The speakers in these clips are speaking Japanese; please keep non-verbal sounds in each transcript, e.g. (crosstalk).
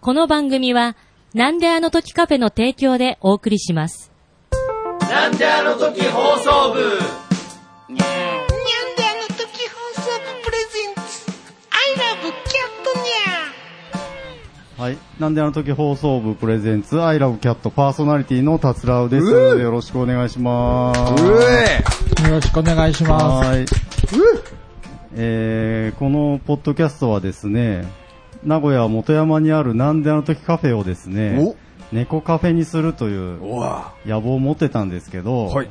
この番組は、なんであの時カフェの提供でお送りします。なんであの時放送部ニャンであの時放送部プレゼンツ I love キャットニャンはい。なんであの時放送部プレゼンツ、アイラブキャットパーソナリティの達郎です。うよろしくお願いします。えよろしくお願いします。はーい。えー、このポッドキャストはですね、名古屋元山にあるなんであの時カフェをですね、猫カフェにするというおわ野望を持ってたんですけど、はい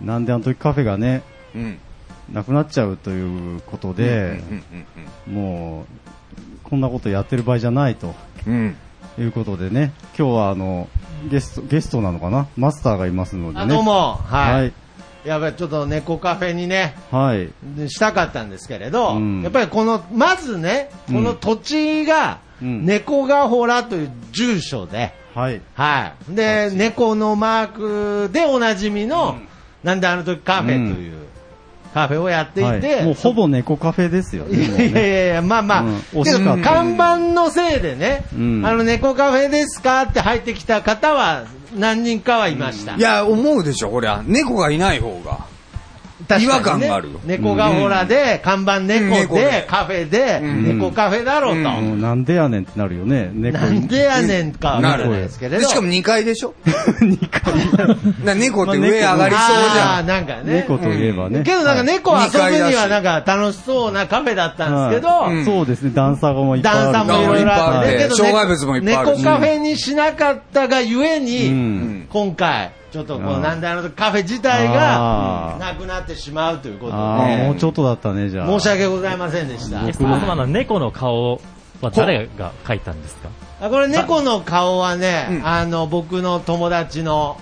なんであの時カフェがね、うんなくなっちゃうということで、もう、こんなことやってる場合じゃないと。うんということでね、今日はあの、ゲスト、ゲストなのかなマスターがいますのであ、ね。どうも、ははいい。。やっぱりちょっと猫カフェにね、はい。したかったんですけれど、うんやっぱりこの、まずね、この土地が、うん猫がほらという住所で、はい。はい。で、猫のマークでおなじみの、なんであの時カフェという、カフェをやっていはいて、もうほぼ猫カフェですよね。いもうやいねやいや、まあまあ、うん惜けしかどった看板のせいでね、うんあの猫カフェですかって入ってきた方は、何人かはいました。いや、思うでしょ、こりゃ。猫がいない方が。確かにね違和感があるよ猫がほらで、看板うん猫猫でで、カフェで、ん猫カフェだろうと。もうなんでやねんってなるよね。猫なんでやねんかはわからないですけれでど。しかも2階で (laughs) しょ2回。な猫って上上がりそうじあゃあ、ん。なんかね。猫といえばね。けどなんか猫はい遊ぶには二階だしなんか楽しそうなカフェだったんですけど、はいうんそうですね、段差がもいっぱいあ段る。差もいろいろあって、いっぱいけどあるねね障害物もいっぱいあるし猫カフェにしなかったがゆえに、うん今回、ちょっとこあう、ーなんであの時カフェ自体があーなくなってしまうということああ、もうちょっとだったね、じゃあ。で、申し訳ございませんでした。えそもそもあの猫の顔は誰が描いたんですかあこれ猫の顔はね、うんあの僕の友達の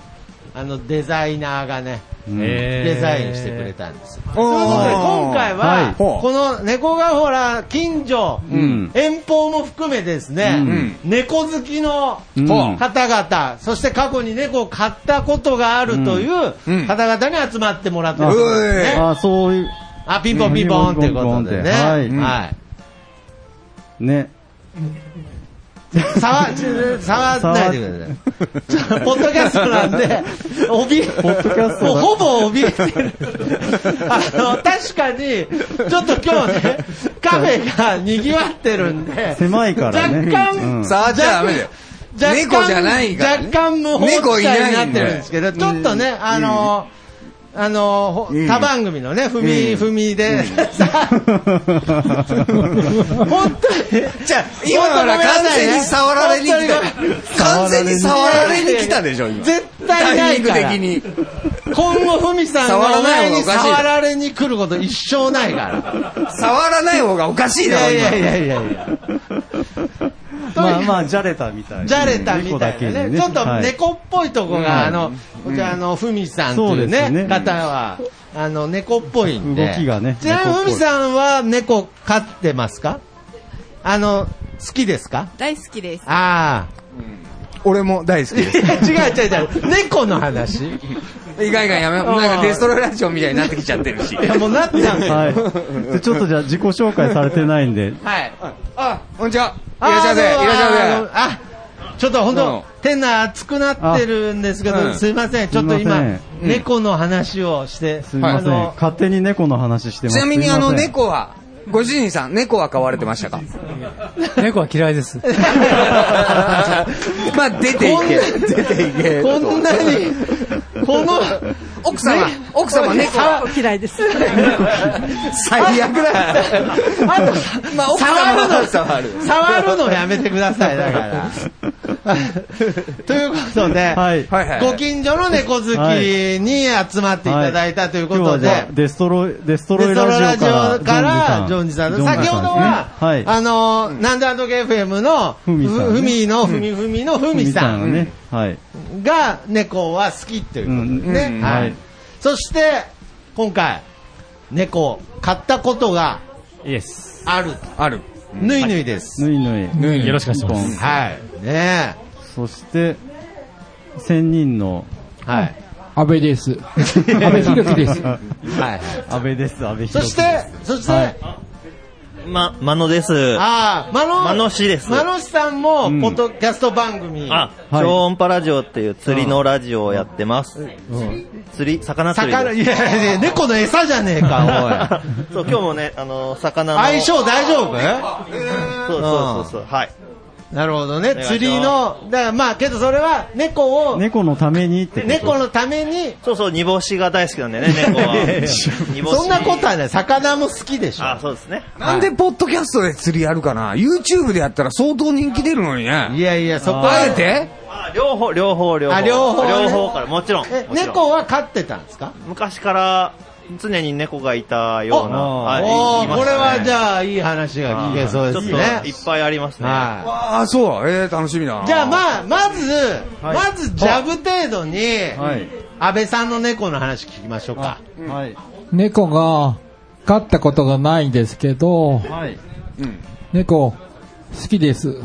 あのデザイナーがね、うんデザインしてくれたんですよ。おーということで今回は、はいほうこの猫がほら、近所、ん遠方も含めですね、ん猫好きのうん方々、そして過去に猫を飼ったことがあるといううん方々に集まってもらったあんですうね。ああ、そういう、あ、ピンポンピンポンということでね。ピンポンピンポンってはいはい。ね。触、触らないでくださ (laughs) い。ポッドキャストなんで、 (laughs) 怯え、ポッドキャストだもうほぼ怯えてる。あの、確かに、ちょっと今日 (laughs) ね、カフェが賑わってるんで、狭いからね。若干うん触っちゃダメだよ。若干猫じゃないからね若干無法地帯になってるんですけど、猫いちないょんっでとね、あの、あの、ほうん他番組のね、踏み、う踏みで、さ (laughs) 本当に、じゃあ、今のは完全に触られに来本当にごめんた。完全に触られに来たでしょ、今。絶対ないからタイミング的に。今後、ふみさん触のらおない前に方がおかしい触られに来ること一生ないから。触らない方がおかしいいだやろ、い今やい。やい (laughs) やいや。まあまあ、じゃれたみたいな。じゃれたみたい猫だなけね。にちょっとはい猫っぽいとこが、あの、こちらのふみさんというそうですね、ね方は、あの、猫っぽいんで。動きがねちなみに猫っふぽいみさんは猫飼ってますかあの、好きですか大好きです。ああ。俺も大好きいです。や、違う違う違う。猫の話いいかんいかん (laughs) やめよう。なんかデストロイラジオみたいになってきちゃってるし。や、もうなっちゃうんだよはい。でちょっとじゃあ自己紹介されてないんで、はい。あ、こんにちは。いらっしゃいませ。いあーらっしゃいませ。あのあちょっと本うん当、店内熱くなってるんですけあうど、んすいません、ちょっと今すいま、ん猫の話をして、すいません。あの勝手に猫の話してます。ちなみにすあいまのせん。猫は、ご主人さん、猫は飼われてましたか猫は嫌い (laughs) です。まあ、出ていけ。出ていけ。こんなに、この、奥様、奥様猫はお嫌いです。最悪だ。あとさまあ、奥様触るはの奥様ある。触るのやめてください、だ (laughs) から。ということで、はい。はいはい。ご近所の猫好きに集まっていただいたというこ今日とはで、じゃあデストロイ、デストデロイストロララジジオオかからら、、ジジョョンンジジささんんでのすね。先ほどは、はい。あのー、なんであの時 FM の、ふみさんねふみの、ふみふみのふみさふみんね。はい。が猫は好きっていうことですうんね。うんははいい。そして、今回、猫を飼ったことがイエス。ある、ある。ぬいぬいです。ぬいぬい。ぬよろしくお願いしまうんす。はい。ねそして、千人の、え。はい。安倍です。安 (laughs) 倍博樹です。はい。安倍です、安倍そ博し樹てです。、そして、はいま、まのです。ああ、マノマノシですマノシさんも、うんポッドキャスト番組。あ、はい超音波ラジオっていう釣りのラジオをやってます。釣り、魚釣り魚、でいやいや、猫の餌じゃねえか、おい。(laughs) す。そう、今日もね、あのー、魚の。相そう性大丈夫そうそうそう。はい。なるほどね。願いします釣りの、だからまあ、けどそれは猫を、猫のためにってこと猫のために、そうそう、煮干しが大好きなんでね、(laughs) 猫は。煮干し。そんなことはない。魚も好きでしょ。あ、そうですね。なんでポッドキャストで釣りやるかな ?YouTube でやったら相当人気出るのにいね。やいや、そこはあえてあ両方、両方、両方。あ両方ね両方から、もちろん。えもちろん猫は飼ってたんですか昔から常に猫がいたような。おはいおいーまこしれたねはじゃあ、いい話が聞けそうですちょねっ。といっぱいありますね。はああ、そう。えー、楽しみだいな。じゃあ、まあ、まず、はいまず、ジャブ程度に、はい。安倍さんの猫の話聞きましょうか。はい。猫が飼ったことがないんですけど、はい。うん。猫好きです。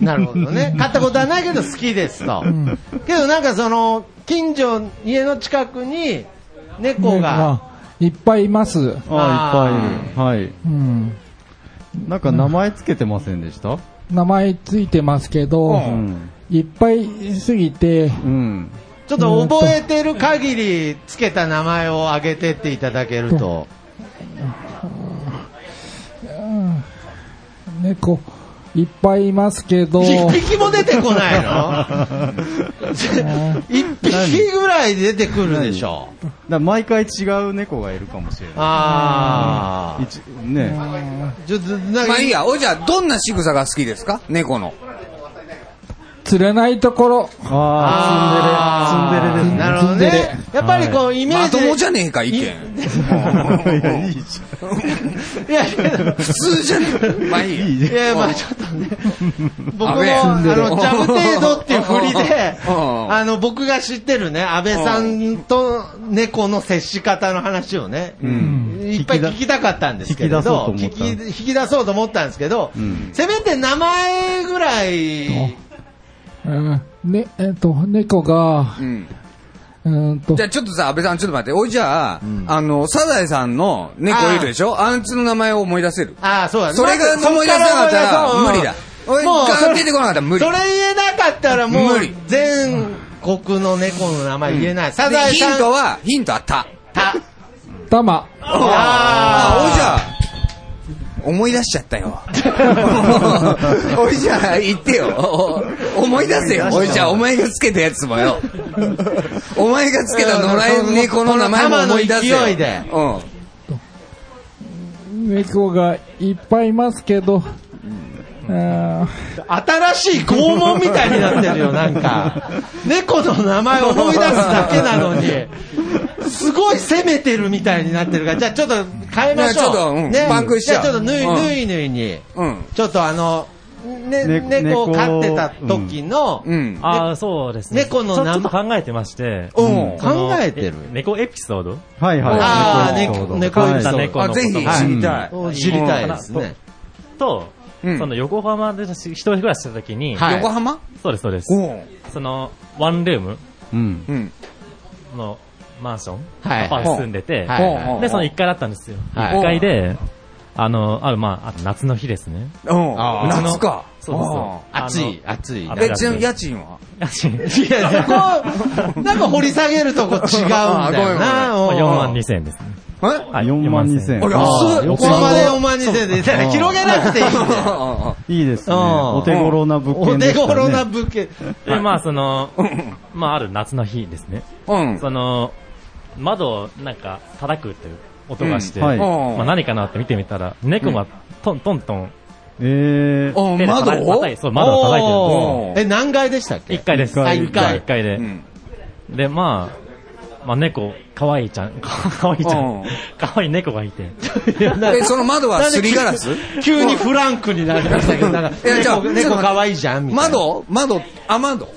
なるほどね。 (laughs) 買ったことはないけど好きですと。んけどなんかその、近所、家の近くに猫が、猫がいっぱいいます。ああ、いっぱいいる。はうん、い。なんか名前つけてませんでした名前ついてますけど、うん。いっぱいすぎて、うん。 (laughs) ちょっと覚えてる限りつけた名前をあげてっていただけると。猫いっぱいいますけ (laughs) ど、一匹も出てこないの (laughs) 一匹ぐらい出てくるでしょ。だから毎回違う猫がいるかもしれない。ああ。一ね。ちょっと、なんまかあいいや。おいじゃあ、どんな仕草が好きですか猫の。釣れないところ、ああ、ツンデレ、ツンデレですなるほどね。ツンデね。やっぱりこう、イメーまジで。ともじゃねえか、意見。 (laughs) いや、いいじいやけど普通じゃねえ。 (laughs) まあいいや。ゃん。いいいや、まあちょっと (laughs) ね、僕も、あ安倍の、ジャブ程度っていう振りで、うんあの、僕が知ってるね、安倍さんと猫の接し方の話をね、いっぱい聞きたかったんですけれど、引き出そうと思った引き引き出そうと思ったんですけど、うんせめて名前ぐらい、うんねえっと猫がう、ん。うーんとじゃあちょっとさ、安倍さんちょっと待って。おいじゃあ、あの、サザエさんの猫いるでしょあんつの名前を思い出せる。ああ、そうだそれまがず思い出さなかったそらっから思い出そう無理だうんもう一回それ出てこなかったら無理それ言えなかったらもう無理、全国の猫の名前言えない。サでザエヒさん。ントは、ヒントあった。た。タマあおいじゃあ、思い出しちゃったよ。おいじゃあ、言ってよ。お思い出せよ。おいじゃあ、お前がつけたやつもよ。お前がつけた野良猫の名前も思い出せよ。この玉の勢いでうん。猫がいっぱいいますけど、あー新しい拷問みたいになってるよ、なん (laughs) か。猫の名前を思い出すだけなのに、すごい攻めてるみたいになってるから、じゃあちょっと変えましょう。いやちょっとうんパンクしちゃうじゃあちょっとぬい、うんぬいぬいに、うん。ちょっとあの、ね、ね猫を飼ってた時の、うん。ああ、そうですね。猫のちょ名前ちょっと考えてまして。うんその考えてるえ猫エピソードはいはい。あー猫ね猫猫エピソード飼った猫あ、のぜひこと知りたい。を知りたいですね。と、うんその横浜で一人暮らしした時に、はい横浜そうです、そうです。うん。その、ワンルームうん。うん。のマンション、はいアパート住んでて、はいはいはいで、その1階だったんですよ。はい1階で、あの、あまあ、あと夏の日ですね。うん。あー夏か。そうですそううあの熱い、熱い。あんので、ちなみに家賃はいや、そこ、なんか掘り下げるとこ違うんだよな。まあうん4万2000円ですね。えはい4万2000円。あ安っあー横浜で4万2000円で、だから広げなくていいんだよ。いいですね。うんお手頃な物お件で手したね。頃な物件。で、まあ、その、まあ、ある夏の日ですね。うん。その、窓をなんか叩くっていう音がして、うんはいまあ、何かなって見てみたら、猫がトントントン、えー。うん。手で窓叩い叩いそう窓を叩いてるんですよ。おーえ、何階でしたっけ1階です。一階一階。一階でう。ん。で、まあ、まあ、猫、可愛いちゃん、 (laughs) 可愛いちゃうんん、可愛い猫がいて、え、その窓はすりガラス急にフランクになりましたけど、なんか、 (laughs) いやじゃあ猫猫可愛いじゃんみたいな。窓窓雨窓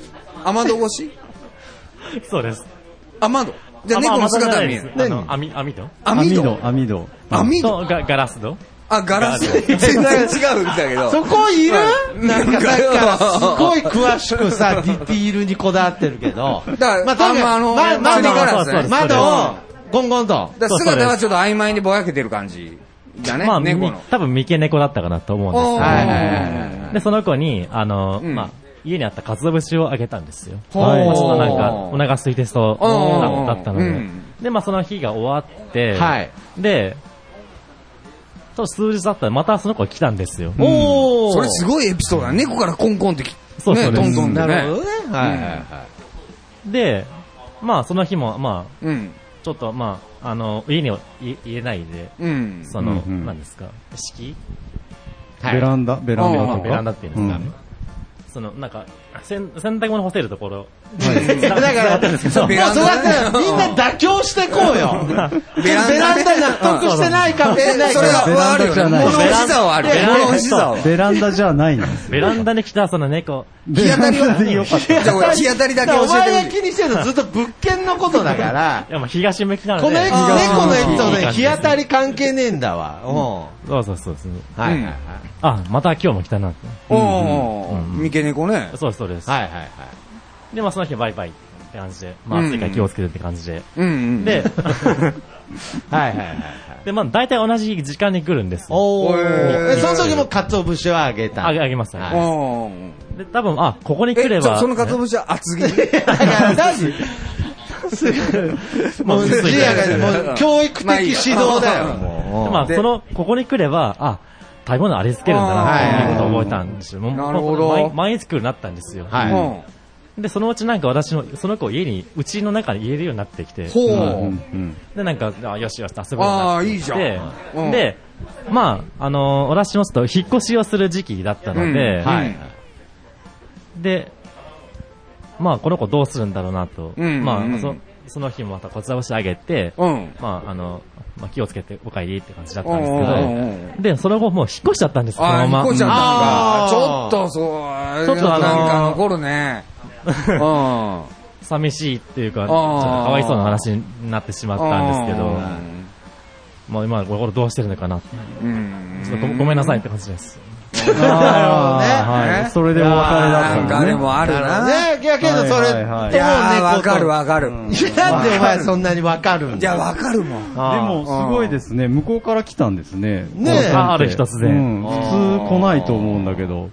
雨戸越しそうです。雨戸じゃあま猫あまのあそれじゃ姿なはい見えですない。あの、網、網戸網戸網戸。網戸とガガラス戸あ、ガラスガ全ラ然違うんだけど。 (laughs) そこいはいるなんかさっきからすごいだ詳しくさ、 (laughs) ディティールにこだわってるけど。から、ままあ、とにあ、かあく、の、ますりガ窓ラスそうそうねそう窓を、ゴンゴンと。だから姿はちょっと曖昧にぼやけてる感じ。だね、まあ、猫みの。多分三毛猫だったかなと思うんですけどおーはいはいはいはいで、その子に、あの、うんまあ、家にあった鰹節をあげたんですよ。ほうはいまあちょっとなんか、お腹空いてそうおーだったので、うんで、まあ、その日が終わって、はい。で、と数日経ったら、またその子が来たんですよ。おー。それすごいエピソードだ。猫からコンコンってき、そうそね、うですトントンなでるほね。どね。はいはいはで、まあ、その日も、まあ、うん。ちょっと、まあ、あの、家にはい入れないで、うん。その、うんうんなんですか、敷居い。ベランンダ、ベランダとか。ベランダっていうんですか、んその、なんか、せん洗濯物干せるところ。 (laughs) ダ。だから、もうそそううベだラっンてダみんな妥協してこうよ。ベランベランダねダ納得してないかもしれないえ、けそどれ。ははあるよね。ベラン物欲しさはある。いや物欲しさは。ベランダじゃないんですよ。ベランダに来たその猫。日当たりベランダでよを。かっじゃあ俺、日当たりだけだからお教え前てがくれ。気にしてるのずっと物件のことだからい、や、まあ東向きなので。このエピ猫のエピソードにあー日当たり関係ねえんだわ。うそうそうそうそう。ん。はいはいはい。あ、また今日も来たなって。おー、うん三毛猫ね。そうですそうです。はいはいはい。で、まあその日はバイバイって感じで。まあうん暑いから気をつけてって感じで。うんうん。で、はいはいはいはい。で、まあ大体同じ時間に来るんですよ。おへー。ーえその時も鰹節はあげた。あげ、あげます。はいはおー。いで、多分、あ、ここに来え、れちょば。その鰹節は厚切りだから、だし、 (laughs) まあ (laughs) もう、薄いリアでが、もう、教育的指導だよ、もう。まあでその、ここに来れば、あ、食べ物ありつけるんだなっていうことを覚えたんですよ。もうなるほどもう毎毎日来るようになったんですよ。はうんい。で、そのうちなんか私の、その子を家に、うちの中に入れるようになってきて。ほた。う。うんうんで、なんか、あよしよし、遊ぶあよあ、ういになっていじゃん。で、うんで、まあ、あのー、私もちょっと引っ越しをする時期だったので、うんはい。で、まあ、この子どうするんだろうなと、うんまうんあ、そその日もまたこちらをしてあげて、うん。まあ、あの、まあ、気をつけてお帰りって感じだったうんでんうんすうんけど、で、その後もう引っ越しちゃったんです、そあのあ、まニコま。ちゃんなあんか、ーちょっとそう、ちょっとあのーなんか残るね。うん。寂しいっていうか、んちょっとかわいそうな話になってしまったんですけど、まあ、今頃どうしてるのかな、うん。ちょっとごごめんなさいって感じです。あーねはい。それでお別れだなっんたかのでね。もあるな。ね、いやけどそれ、はいはいはいいやー、わわかるわかる。なんでお前そんなにわかるんいや、だわかるもん。でも、すごいですね。向こうから来たんですね。ねえこのちゃんってあある日突然うん普通来ないと思うんだけど。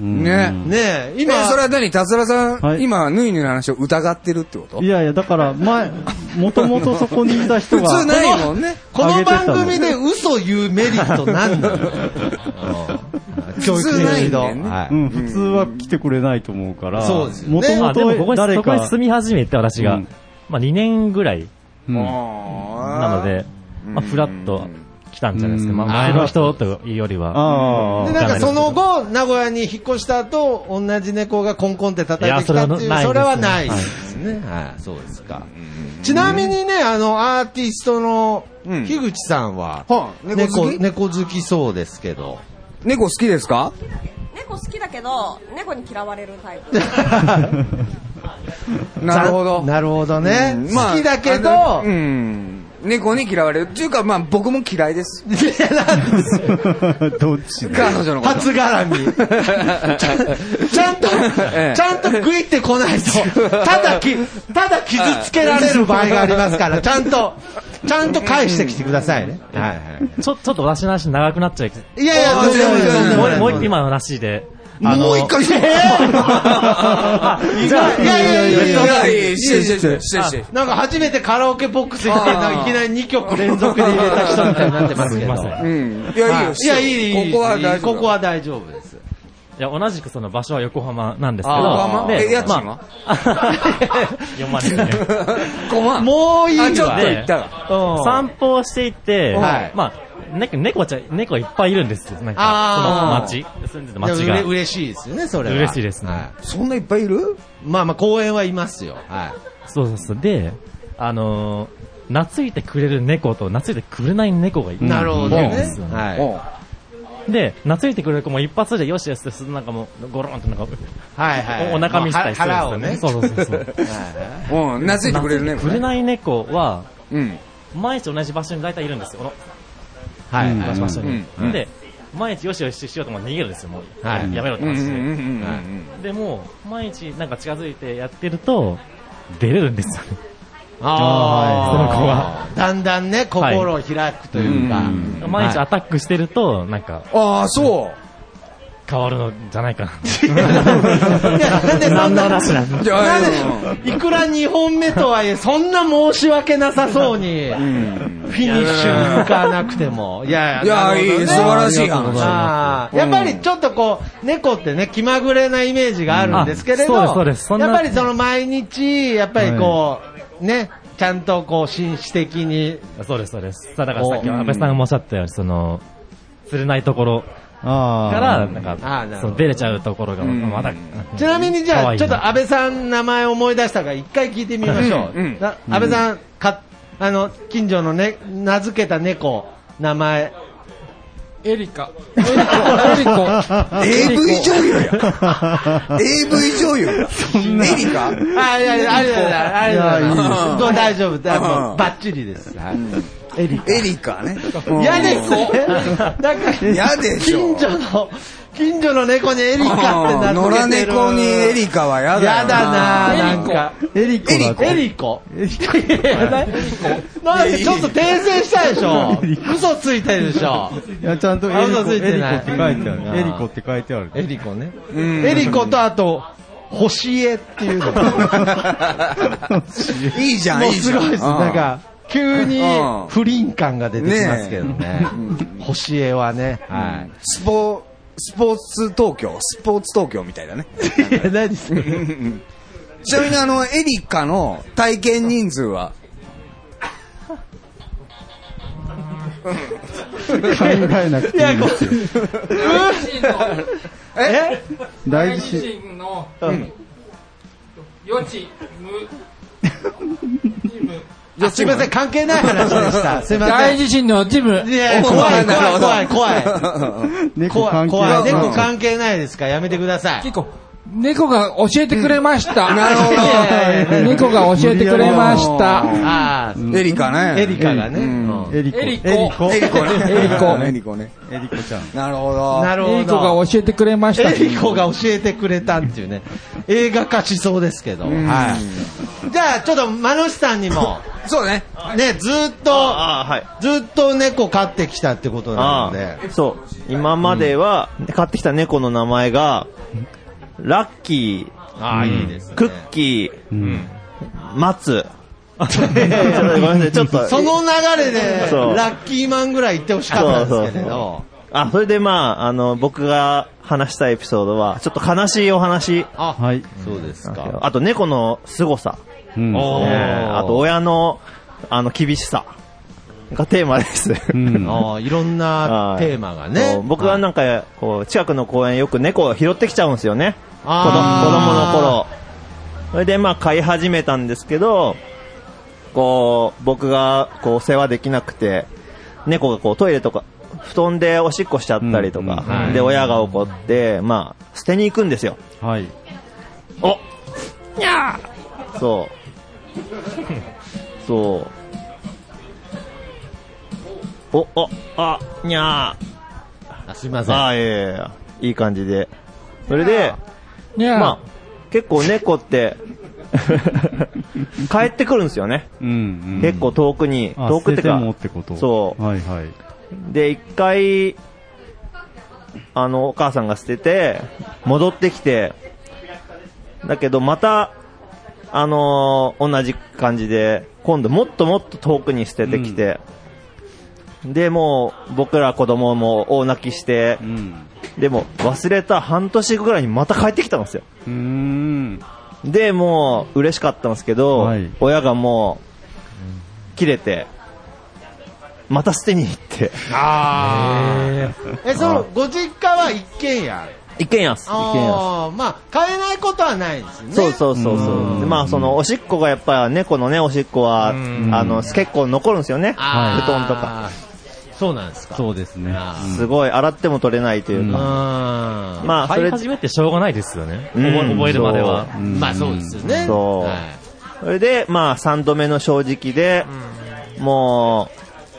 うんねねえ、今、今、それは何達郎さん、はい今、ヌイヌイの話を疑ってるってこといやいや、だから、前、 (laughs) もともとそこにいた人普が。通ないもんね。この番組で嘘言うメリットなんだよ。教育的指導。はういん、普通は来てくれないと思うから、そうですよもねとまもあでもこことに、誰そこかに、住み始めて私が、うんまあ2年ぐらいうんななので、まあフラッと来たんじゃないですか。うんまあ前の人というよりは。あで、あ、なんかその後、名古屋に引っ越した後、同じ猫がコンコンって叩いてきたっていいやう、そそれれははなないいでですね。はい、そうですか。ちなみにね、あの、アーティストの、うん樋口さんは、はい猫好き猫好きそうですけど。猫好きですか猫好きだけど、猫に嫌われるタイプ。なるほど。なるほどね。うん好きだけあどの、うん。猫に嫌われる。っていうか、まあ僕も嫌いです。いやなんですよどっち彼女のこと。初絡 (laughs) み。ちゃんちゃんと、ええちゃんと食いってこないと、ただき、ただ傷つけられる場合がありますから、ちゃんと、ちゃんと返してきてくださいね。はいはい。ちょ、ちょっと私の話長くなっちゃうけど。いやいや、あーとんでもない全然もとんでうないもう一今の話で。もう一回して。あ、いじゃあ、やいやいやいいややいや、してしてしてしてして。なんか初めてカラオケボックス行って、あーなんかいきなり2曲連続で入れた人みたいになってますけど。すいませんうん。いや、いいよ。いや、いい、いい。ここは大丈夫。ここは大丈夫です。いや、同じくその場所は横浜なんですけど。横浜え、で、家賃は、まあ、4万で (laughs) す (laughs) ね。ごまん。もういいわ。あ、ちょっとね行ったわ。うん散歩をしていて、はいまあ、ね猫ちゃん、猫いっぱいいるんですよ。なんあーか、その町、住んでるい町やうれが。嬉しいですよね、それは。嬉しいですねはそんないっぱいいるいまあまあ、公園はいますよ。はそうそうそう。で、あのー、懐いてくれる猫と懐いてくれない猫がいい。る。なるほどうんねですよ。はい。うで、懐いてくれる子も一発でよしよしって、なんかもう、ゴロンってなんか、はいはい。おお腹見せたりする腹をんでね。すよね。そうそうそうそう。ん。うん。懐いてくれるね。くれい。ない猫は、うん。毎日同じ場所に大体いるんですよ。こはいはい。の場所に。うんうんで、毎日よしよししようともう逃げるんですよ、もう。はいやめろってうんうん話うで。んでも、毎日なんか近づいてやってると、出れるんですよね。あその子あ。はだんだんね、心を開くというか。毎日アタックしてると、なんか、ああ、そ変わるのじゃないかなって。いや、なんでそんな、話なんう。じゃあ、なんでいくら2本目とはいえ、そんな申し訳なさそうに、フィニッシュに向かわなくても。いやいやなるほどいいね素晴らしいありがとうございまあーやっぱりちょっとこう、猫ってね、気まぐれなイメージがあるんですけれど、うんあそうですそうですそんなやっぱりその毎日、やっぱりこう、ね、ちゃんとこう、紳士的に、すそうです、そうです。さあだからさっき安倍さんもおっしゃったように、その、釣れないところああ。から、あなんーなかるほ、どその出れちゃうところが、まだ、ちなみにじ可ゃ愛あ、いちょなっと安倍さん名前思い出したから、一回聞いてみましょうんうんう。な安倍さん、か、あの、近所のね、名付けた猫、名前。エリカ。エリコ。 AV 女優や。AV 女優や。エリカあ、いやいや、ありがとうございます。ありがとうございます。いやいいですどう大丈夫。あもうんうバッチリです。はいエリカね。嫌ですね。なんか、嫌でしょ近所の、近所の猫にエリカって名野付良けてる。猫にエリカは嫌だよ。やだななんか。エリコだエリコエリコなんかちょっと訂正したでしょ嘘ついてるでしょ (laughs) いや、ちゃんとエリあ嘘コついエてリコないって書いてあうんる。エリコって書いてあエる。リコね。んエリコとあと、星江っていうの。いいじゃん、もいういじすゃん。ごいです。なんか、急にうん不倫感が出てきますけどね。星江はね。はうんスポ、スポーツ東京、スポーツ東京みたいだね。い。いや、何それちなみにあの、エリカの体験人数は、考えなくていいいや、んでこすよ。え大事。のうん余地無あすいません、関係ない話でした。すいませ大ん。地震のジムい。や、怖い、な怖い、るほど怖い、怖い。猫怖い、関係怖い。ない猫関係ないですから、やめてください。キコ。猫が教えてくれました。なるほどいやいやいや猫が教えてくれました。 (laughs) ああ、エリカね。エリカがね。うんエリコ。エリコ。エリコね。エリコエリコね。エリコちゃん。なるほど。なるほど。エリコが教えてくれました。エリコが教えてくれたっていうね、映画化しそうですけど、はい、じゃあ、ちょっと、マノシさんにも、そうね。ね、ずーっああ、と、はい。ずーっと猫飼ってきたってことなあので、あ、そう。今までは、買ってきた猫の名前が、ラッキああ、いいですー、ね。クッキー、うん。松。 (laughs) ちょっとごめんなさい、ちょっと。その流れで、そうラッキーマンぐらい言ってほしかったんですけれど、あ、それでまあ、あの、僕が話したいエピソードは、ちょっと悲しいお話。あ、はい。そうですか。あと、猫の凄さ。うん。おーねあと、親の、あの、厳しさ。がテーマです。うん。ああいろんなテーマがそねう。僕はなんか、こう、近くの公園よく猫を拾ってきちゃうんですよね。子供子供のあー頃。それでまあ飼い始めたんですけど、こう、僕がこう世話できなくて、猫がこうトイレとか、布団でおしっこしちゃったりとか、うんはいで親が怒って、まあ、捨てに行くんですよ。はい。おにゃーそう。そう。お、お、あ、にゃー。あすいません。ああ、いやいやいやいい感じで。それで、いやまあ、結構猫 (laughs) って、帰ってくるんですよね。うん。うん結構、遠くに、あ遠くって捨ててもかっ、てこと。そうはいはい。で、一回、あの、お母さんが捨てて、戻ってきて、だけどまた、あのー同じ感じで、今度もっともっと遠くに捨ててきて、で、もう、僕ら子供も大泣きしてう、ん。でも、忘れた半年後ぐらいにまた帰ってきたんですよ。うーん。で、もう、嬉しかったんですけど、はい親がもう、切れて、また捨てに行って、あーえ、その、ご実家は一軒家一軒家っす。一軒家っす。ああ、まあ、買えないことはないですね。そうそうそうそう。でまあそのおしっこがやっぱ猫のねおしっこはあの結構残るんですよね。布あー団とか。。そうなんですか。そうですね。あすごい洗っても取れないといううか。ん。まあ、まあそ飼いれ始めってしょうがないですよね。うん覚え覚えるまでは。まあそうですよね。そうはいそれでまあ三度目の正直で、も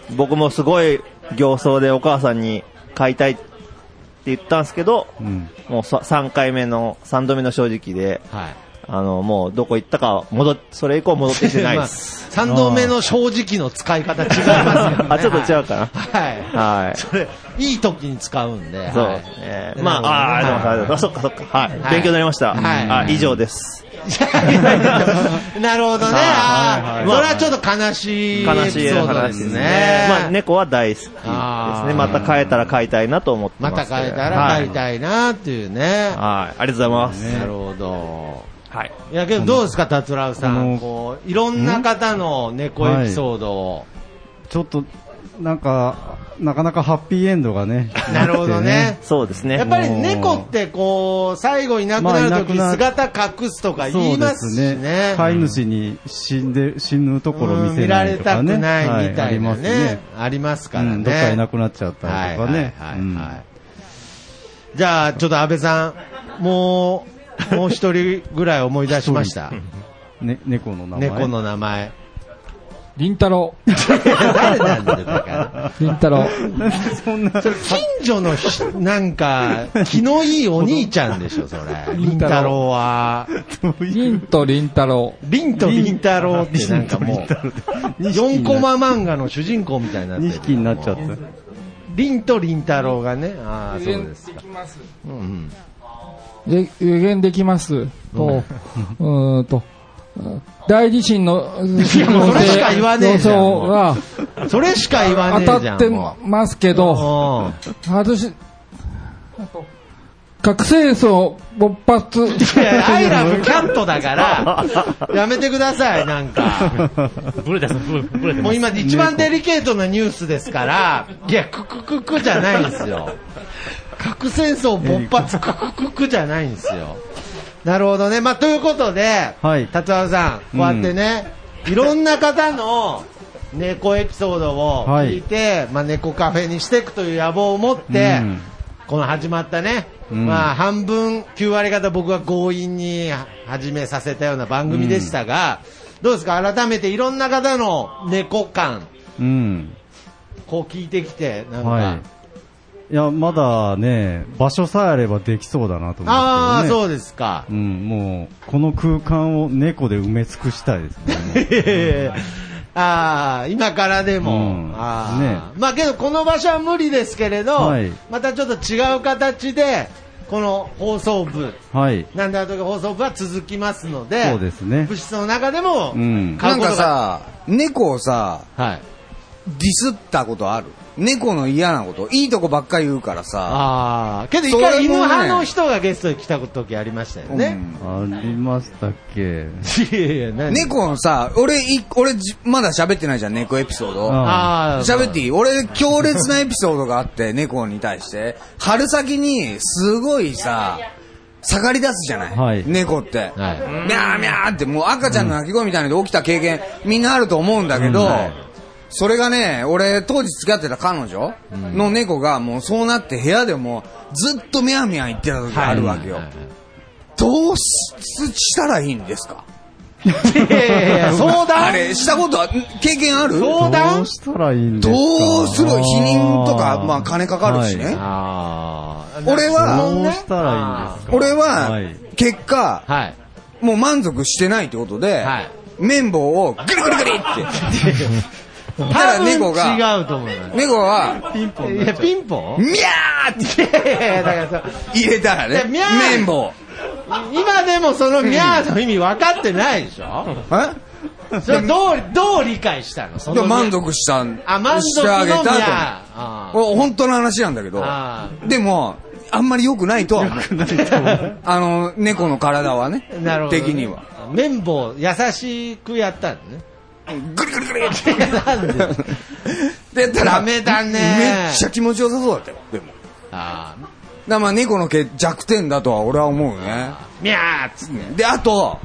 う僕もすごい形相でお母さんに買いたいって言ったんですけど、うん。もうさ三回目の三度目の正直で。はい。あの、もうどこ行ったか、戻っ、それ以降戻ってきてな (laughs) いです。まあ三度目の正直の使い方違いますよね。あ、ちょっと違うかな。はい。はい。それ、いい時に使うんで。そうはいですね。まあ、ああ、でもありがとうございますあ、そっかそっか。はい。勉強になりましはた。いあ、以上です。 (laughs) なるほどね。はいあはあいそれはちょっと悲しいエ悲しいピソード話でですすね。ね。まあ、猫は大好きですね。あーまた飼えたら飼いたいなと思ってままたすけど。変えたら変えい。たいなっていうね。はい。ありがとうございます。なるほど。はい。いやけどどうですか、達郎さこん。のこう、いろんな方の猫エピソードを。ちょっと、なんか、なかなかハッピーエンドがね。なるほどねくて。そうですね。やっぱり猫ってこう、最後いなくなるときまあいなく姿隠すとかそ言いうでますすしねね。。飼い主に死んで、死ぬところを見せないとかうんね。見られたくないみたいなねはありますね。ありますからねうんどっかいなくなっちゃったはりいとかね。はいはいうんはいじゃあ、ちょっと安倍さん、もう、もう一人ぐらい思い出しました。ね、猫の名前。猫の名前。りんたろう。誰なんだよだからりんたろう。なんでそんな。それ近所のひ、なんか、気のいいお兄ちゃんでしょ、それ。りんたろうは。りんとりんたろりんとりんたろうってなんかもう、4コマ漫画の主人公みたいになって2る匹になっちゃった。りんとりんたろうがね。ああ、そうですでかき。ます。うんうん。う。で、予言できます。と、うーんと、うん大地震の、うんいやもうそれしか言わねえじゃん予想がそれしか言わね当えじゃたん。ってもますけうど、外し、核戦争勃 (laughs) 発。うんいや、アイラブキャットだから、やめてください、なんか。ブレてます、ブレブレてもまうす。今一番デリケートなニュースですから、いや、ククククじゃないんですよ。核戦争勃発、ククククじゃないんですよ。なるほどね。まあ、ということで、はい達郎さん、こうやってね、いろんな方の猫エピソードを聞いて、まあ、猫カフェにしていくという野望を持って、うんこの始まったね、うんまあ、半分、9割方僕は強引に始めさせたような番組でしたが、どうですか改めていろんな方の猫感、うん。こう聞いてきて、なんか、はい。いや、まだね、場所さえあればできそうだなと思って、ね。ああ、そうですか。うん、もう、この空間を猫で埋め尽くしたいですね。 (laughs) ああ、今からでも。うんああまあけど、この場所は無理ですけれど、はいまたちょっと違う形で、この放送部、はい。なんだとか放送部は続きますので、そうですね部室の中でも、うん買なうんことが、かさ、猫をさ、はい。ディスったことある猫の嫌なこと。いいとこばっかり言うからさ。ああ、けど一そ回れ犬もね派の人がゲストに来た時ありましたようね。んありましたっけいやいや、何猫のさ、俺い、俺じ、まだ喋ってないじゃん、猫エピソード。ああ、喋っていい俺、強烈なエピソードがあって、 (laughs) 猫に対して。春先に、すごいさ、下がり出すじゃない、はい猫って。はいみゃーみゃーって、もう赤ちゃんの鳴き声みたいなので起きた経験、みんなあると思うんだけど、それがね、俺、当時付き合ってた彼女の猫が、もうそうなって部屋でも、ずっとみゃーみゃー言ってた時あるわけよ。どうししたらいいんですかいやいやいや、相あ談れ、したことは、経験ある相ど談うしたらいいんですかどうする否認とかあ、ーまあ金かかるしはね。ああ、俺は、どうしたらいいんですか俺は、はい結果、はい。もう満足してないってことではい、綿棒をグリグリグリって。 (laughs) 多 (laughs) ただ分猫が違うと思うな。猫は、い (laughs) や、ピンポンミャーっていやいや、だからさ、入れたらいやね、ミャー綿棒。今でもそのミャーの意味分かってないでしょえそれどう、どう理解したのそでの満足した、あ、満し足てのあミげャたー。と。あーこれ本当の話なんだけどあ、でも、あんまり良くないとは思う。 (laughs) あの、猫の体はねなる、ほど、的に (laughs) は。。綿棒、優しくやったのね。グリグリグリって。いや (laughs) なんででやったらダメだねめっちゃ気持ちよさそうだったよでもだかあーらまあ猫の毛弱点だとは俺は思うねミャーっつって。であと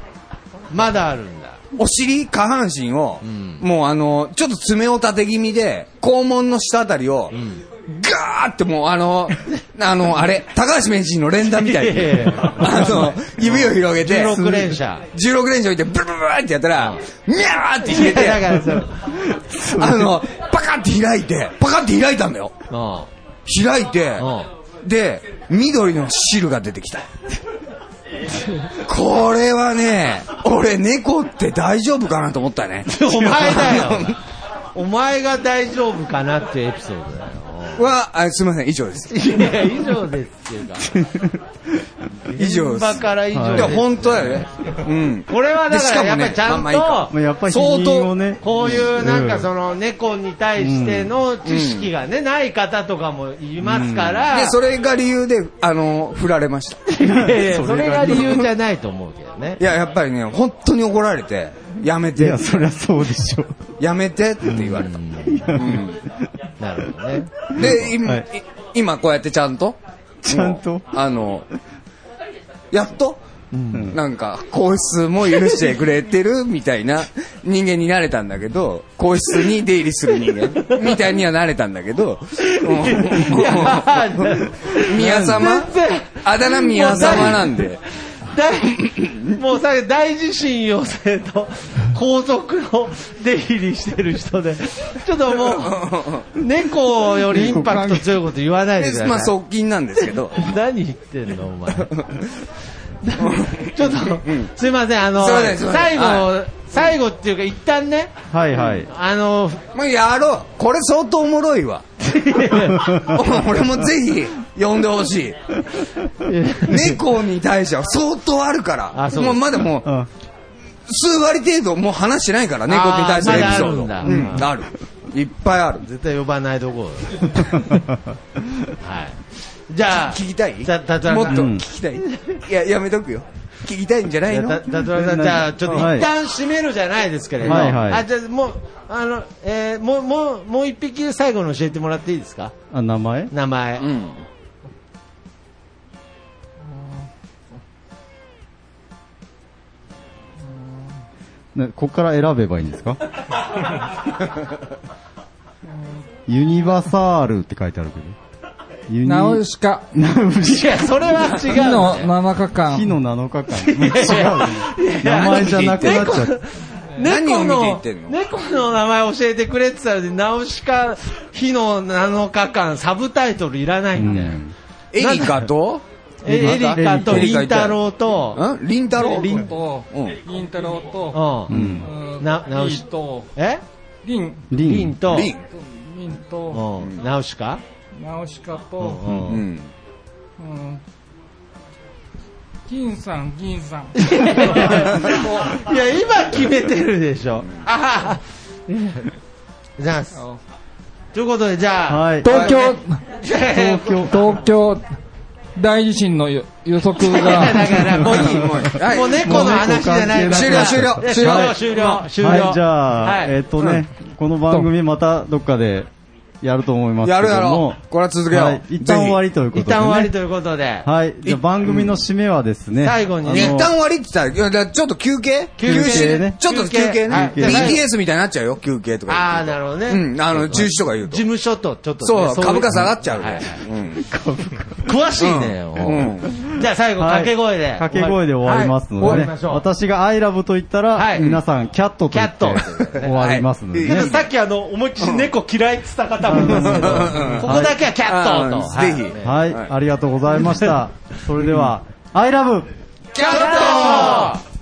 まだあるんだ。お尻下半身を、んもうあのちょっと爪を立て気味で肛門の下あたりを、ガーってもうあの (laughs) あのあれ高橋名人の連打みたいいにやいやいやあの指を広げて16連射。 16連射置いてブルブルブルってやったら、ミャーって入れていや (laughs) だからあのパカって開いてパカって開いたんだようん開いてうで緑の汁が出てきたこれはね、俺猫って大丈夫かなと思ったね。 (laughs) お前だよ。 (laughs) お前が大丈夫かなってエピソードだよ。は、あすみません、以上です。いや、以上ですっていうか。以上です。現場から以上ですいや、本当だよね。うん。これはだからやっぱりちゃんとまあまあいいかまあやっぱり相否認を当、ねこういうなんかその猫に対しての知識がね、ない方とかもいますから、で、それが理由で、あの、振られました。いやいやそれが理由じゃないと思うけどね (laughs) い。や、やっぱりね、本当に怒られて、やめいてや、、そりゃそうでしょ。やめてって言われた。なるほどね。で、今はいい今こうやってちゃんと、ちゃんともうあの、やっと、なんか、皇室も許してくれてるみたいな人間になれたんだけど、皇室に出入りする人間みたいにはなれたんだけど、(laughs) もう宮様全然あだ名宮様なんで。大、もうさ、大地震要請と、皇族の出入りしてる人で、ちょっともう、猫よりインパクト強いこと言わないでください。で (laughs) まあ、側近なんですけど。何言ってんのお (laughs) 前ちょっと、すいませんあのすいませんすいません最後、は最後っていうか一旦ねはいはい。あのまあ、やろう。これ相当おもろいわ。俺もぜひ、呼んでほしい。猫に対しては相当あるから。あそうもうまだもう、うん数割程度もう話してないから、猫に対してのエピソード。あーまだあうるんだん、ある。いっぱいある。絶対呼ばないとこはいじゃあ聞きたいたたつらもさっんとうん聞きたい、いや、やめとくよ。聞きたいんじゃないいやのたたつらさんじゃあちょっと一はい旦締めるじゃないですけれど、はいはいあじゃあもうあの、えーもうもうもう一匹最後に教えてもらっていいですか (laughs) あ、名前名前、うん。ねここから選べばいいんですかユニバサールって書いてあるけど。ユニナウシカナウシいやそれは違う (laughs) 火の7日カ火間。の7日間。違うね。名前じゃなくなっちゃった。何猫を見て言のってんの猫の名前教えてくれって言ったら、ナウシカ日の7日間、サブタイトルいらないんだよ。うんエリカと、えエリカとエリリカンタロウと、んりんたろうリンとうん、リンタロウうと、んうん。なナウリシンと、えリン、リリンン。と、リン。リンと、うんナウシカナウシカうと、ん (laughs) ううんん。うん金さん、銀さん。いや、今決めてるでしょ。あははじゃあ、ということで、じゃあ、はい。東京、東東京。東京大地震の予予測 (laughs) だ (laughs) が、から、もういい、もういいはいもう猫の話じゃない終了終了いや終了、終了、終了。はい、じゃあ、はいえっ、とね、この番組またどっかでやると思いますけども。やるやろう。これは続けよう。はい、一旦終わりということで、ね。一旦終わりということで、はい。じゃあ番組の締めはですね。最後にね一あの旦終わりって言ったらいや、だからちょっと休憩休憩ねちょっと休憩ね。休憩はい BTS みたいになっちゃうよ、休憩とあかあ、なるほどね。言うと。うん、あの、中止とか言う事と。務所とちょっとね、そう、い株価下がっちゃうよはいはい。うん。詳しいね、もうじゃあ最後、掛け声で。掛け声で終わりますのはい終わでりねま。しょう。私がアイラブと言ったら、はい皆さん、キャットと言ってキャット (laughs) 終わりますので、ちねょっとさっきあの、思いっきり猫嫌いって言った方もいますけど、ここだけはキャットと。はいぜひはいはい。ありがとうございました。それでは、アイラブキャット